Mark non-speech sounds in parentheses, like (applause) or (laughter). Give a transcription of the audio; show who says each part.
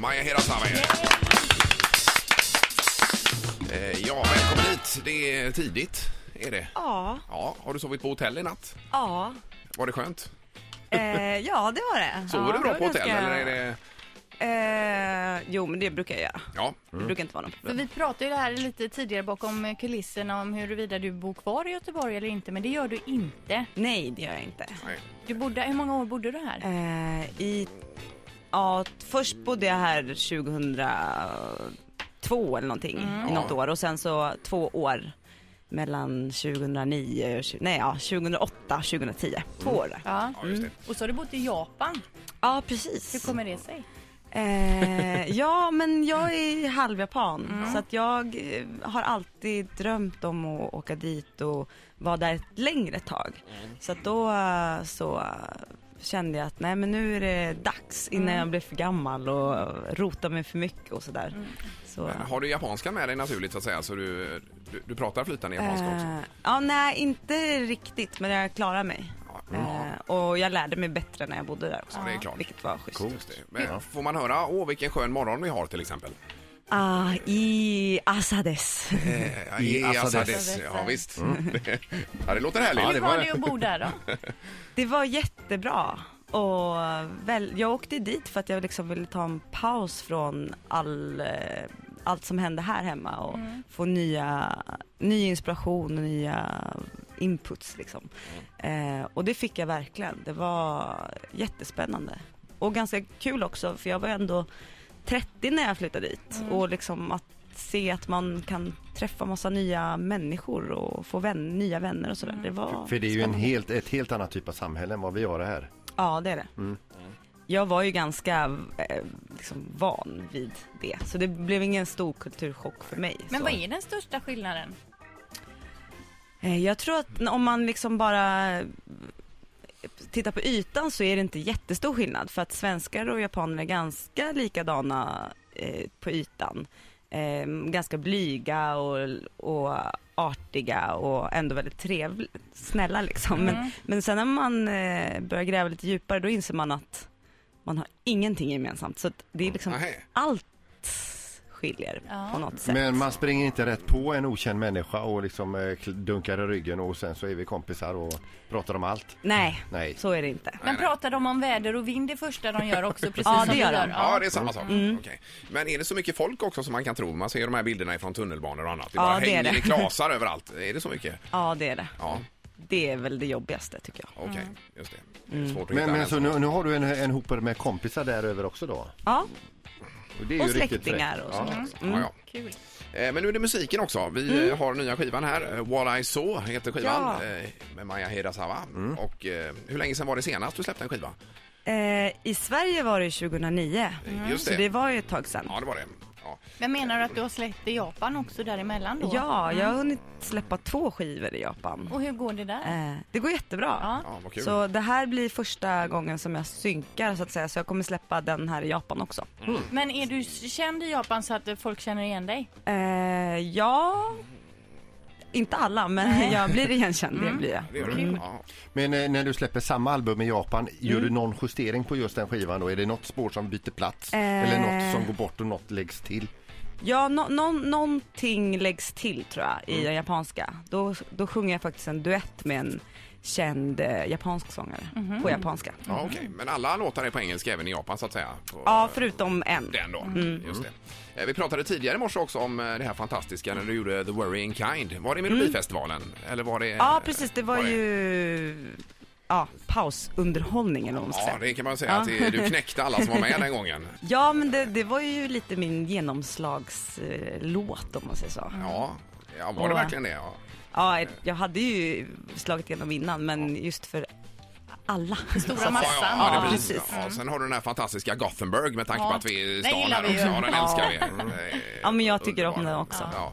Speaker 1: Maja Hirasawa är det. Eh, Ja, välkommen hit. Det är tidigt. Är det?
Speaker 2: Ja,
Speaker 1: Ja, har du sovit på hotell i natt?
Speaker 2: ja.
Speaker 1: Var det skönt?
Speaker 2: Eh, ja, det var det.
Speaker 1: Sover
Speaker 2: ja,
Speaker 1: du bra
Speaker 2: det
Speaker 1: på
Speaker 2: var
Speaker 1: hotell
Speaker 2: ganska-
Speaker 1: eller är det...
Speaker 2: Eh, jo, men det brukar jag göra.
Speaker 1: Ja.
Speaker 2: Det brukar inte vara något
Speaker 3: För
Speaker 2: problem.
Speaker 3: vi pratade ju det här lite tidigare bakom kulisserna om huruvida du bor kvar i Göteborg eller inte, men det gör du inte.
Speaker 2: Nej, det gör jag inte.
Speaker 1: Nej.
Speaker 3: Du bodde, hur många år bodde du här?
Speaker 2: Eh, i, ja, först bodde jag här 2002 eller någonting i något
Speaker 1: Mm. Ja.
Speaker 2: år och sen så två år mellan 2009 och tju- nej, ja, 2008 och 2010. Två
Speaker 1: Mm.
Speaker 2: år där.
Speaker 3: Ja.
Speaker 1: Ja, just det.
Speaker 3: Och så har du bott i Japan.
Speaker 2: Ja,
Speaker 3: Hur
Speaker 2: precis.
Speaker 3: kommer det sig?
Speaker 2: Eh, ja, men jag är halvjapan
Speaker 1: Mm.
Speaker 2: så att jag eh, har alltid drömt om att åka dit och vara där ett längre tag.
Speaker 1: Mm.
Speaker 2: Så att då eh, så eh, kände jag att nej men nu är det dags innan
Speaker 1: Mm.
Speaker 2: jag blir för gammal och rotar mig för mycket och sådär. Så,
Speaker 1: Mm. Men Har du japanskan med dig naturligt så att säga? Så du, du, du pratar flytande japanska också?
Speaker 2: eh, ja, nej inte riktigt men jag klarar mig.
Speaker 1: Ja.
Speaker 2: Eh, och jag lärde mig bättre när jag bodde där också.
Speaker 1: Ja, det är klart.
Speaker 2: Vilket var schysst.
Speaker 1: Just det. Men får man höra, åh vilken skön morgon vi har till exempel?
Speaker 2: Ah, I Asades.
Speaker 1: Eh,
Speaker 4: I
Speaker 2: Alltså,
Speaker 4: Asades.
Speaker 1: Ja, visst.
Speaker 2: Mm.
Speaker 1: (laughs) ja, det låter härligt.
Speaker 3: Hur var det att bo där då?
Speaker 2: Det var jättebra. Och väl, jag åkte dit för att jag liksom ville ta en paus från all, eh, allt som hände här hemma och
Speaker 3: Mm.
Speaker 2: få nya, ny inspiration och nya inputs. Liksom. Eh, och det fick jag verkligen. Det var jättespännande. Och ganska kul också för jag var ändå 30 när jag flyttade dit. Och liksom att se att man kan träffa massa nya människor och få vän, nya vänner och sådär. Det var
Speaker 4: För det är ju en
Speaker 2: spännande.
Speaker 4: helt, ett helt annat typ av samhälle än vad vi har det här.
Speaker 2: Ja, det är det. Jag var ju ganska eh, liksom van vid det, så det blev ingen stor kulturchock för mig.
Speaker 3: Men
Speaker 2: så.
Speaker 3: vad är den största skillnaden?
Speaker 2: Eh, Jag tror att om man liksom bara eh, tittar på ytan så är det inte jättestor skillnad för att svenskar och japaner är ganska likadana eh, på ytan. Eh, ganska blyga och, och artiga och ändå väldigt trevliga, snälla liksom. Men, men sen när man eh, börjar gräva lite djupare då inser man att man har ingenting gemensamt. Så att det är liksom
Speaker 1: Nej.
Speaker 2: allt skiljer på något sätt.
Speaker 4: Men man springer inte rätt på en okänd människa och liksom eh, kl- dunkar i ryggen och sen så är vi kompisar och pratar om allt.
Speaker 2: Nej,
Speaker 4: Nej.
Speaker 2: så är det inte.
Speaker 3: Men pratar de om väder och vind det första de gör också? Precis
Speaker 2: Ja, Mm.
Speaker 3: som
Speaker 2: det
Speaker 3: vi
Speaker 2: gör de.
Speaker 1: Ja,
Speaker 3: Ja.
Speaker 1: det är samma sak. Okej. Men är det så mycket folk också som man kan tro? Man ser de här bilderna från tunnelbanor och annat. Det
Speaker 2: Ja,
Speaker 1: bara
Speaker 2: det är
Speaker 1: hänger
Speaker 2: det. Mm.
Speaker 1: i klasar (laughs) överallt. Är det så mycket?
Speaker 2: Ja, det är det.
Speaker 1: Ja,
Speaker 2: Det är väl det jobbigaste tycker jag.
Speaker 1: okej. Just det. det.
Speaker 2: Mm.
Speaker 1: är Svårt att hitta
Speaker 4: Men, men
Speaker 1: en
Speaker 4: så
Speaker 1: som-
Speaker 4: nu, nu har du en, en hoper med kompisar där över också då?
Speaker 2: Ja,
Speaker 4: det är
Speaker 2: och
Speaker 4: ju riktigt
Speaker 2: släktingar
Speaker 4: fräckt.
Speaker 2: och
Speaker 4: Ja.
Speaker 2: sånt.
Speaker 1: Ja, ja.
Speaker 3: Kul.
Speaker 1: Eh, Men nu är det musiken också. Vi eh, har nya skivan här. Eh, What I saw heter skivan
Speaker 2: Mm. Ja.
Speaker 1: eh, med Maja Hirasawa.
Speaker 4: Mm.
Speaker 1: Och eh, hur länge sedan var det senast du släppte en skiva?
Speaker 2: Eh, I Sverige var det 2009,
Speaker 1: Just
Speaker 2: så
Speaker 1: det.
Speaker 2: det var ju ett tag sedan.
Speaker 1: Ja, det var det. Ja.
Speaker 3: Men menar du att du har släppt i Japan också däremellan då?
Speaker 2: Ja, jag har hunnit släppa två skivor i Japan.
Speaker 3: Och hur går det där?
Speaker 2: Eh, det går jättebra.
Speaker 3: Ja.
Speaker 1: Ja, vad kul.
Speaker 2: Så det här blir första gången som jag synkar så att säga, så jag kommer släppa den här i Japan också.
Speaker 3: Men är du känd i Japan så att folk känner igen dig?
Speaker 2: Eh, ja, inte alla, men (laughs) jag blir igenkänd, det blir jag.
Speaker 1: Det gör du. Ja.
Speaker 4: Men eh, när du släpper samma album i Japan, gör
Speaker 2: Mm.
Speaker 4: du någon justering på just den skivan då? Är det något spår som byter plats?
Speaker 2: Eh.
Speaker 4: Eller något som går bort och något läggs till?
Speaker 2: Ja, no, no, någonting läggs till tror jag i den japanska. Då, då sjunger jag faktiskt en duett med en känd eh, japansk sångare på japanska.
Speaker 1: Ja, okej.
Speaker 2: Mm.
Speaker 1: Men alla låtar är på engelska även i Japan så att säga? På,
Speaker 2: Ja,
Speaker 1: eh,
Speaker 2: förutom en.
Speaker 1: Den då.
Speaker 2: Mm.
Speaker 1: Just det. Eh, Vi pratade tidigare i morse också om eh, det här fantastiska när du gjorde The Worrying Kind. Var det Melodifestivalen? Eller var det...
Speaker 2: Mm. Ja, precis. Det var
Speaker 1: var det-
Speaker 2: ju ja, pausunderhållning eller vad man ska
Speaker 1: Ja,
Speaker 2: säga.
Speaker 1: det kan man säga att det- du knäckte alla som var med den
Speaker 2: (laughs)
Speaker 1: gången.
Speaker 2: Ja, men det, det var ju lite min genomslagslåt om man säger så.
Speaker 1: Ja, ja var det
Speaker 2: Åh.
Speaker 1: verkligen det? Ja.
Speaker 2: Ja, jag hade ju slagit igenom innan, men just för alla.
Speaker 3: Stora
Speaker 1: Alltså, Ja,
Speaker 3: massan.
Speaker 1: ja, ja, det
Speaker 2: Ja,
Speaker 1: blir-
Speaker 2: precis. Mm.
Speaker 1: Ja, sen har du den här fantastiska Gothenburg med tanke
Speaker 3: Ja.
Speaker 1: på att vi är i
Speaker 3: Den
Speaker 1: stan här
Speaker 3: gillar vi
Speaker 1: också.
Speaker 3: ju.
Speaker 1: Ja, den
Speaker 2: (laughs)
Speaker 3: Ja.
Speaker 1: älskar vi. Eh,
Speaker 2: Ja, men jag tycker om
Speaker 1: underbar.
Speaker 2: den också.
Speaker 1: Ja.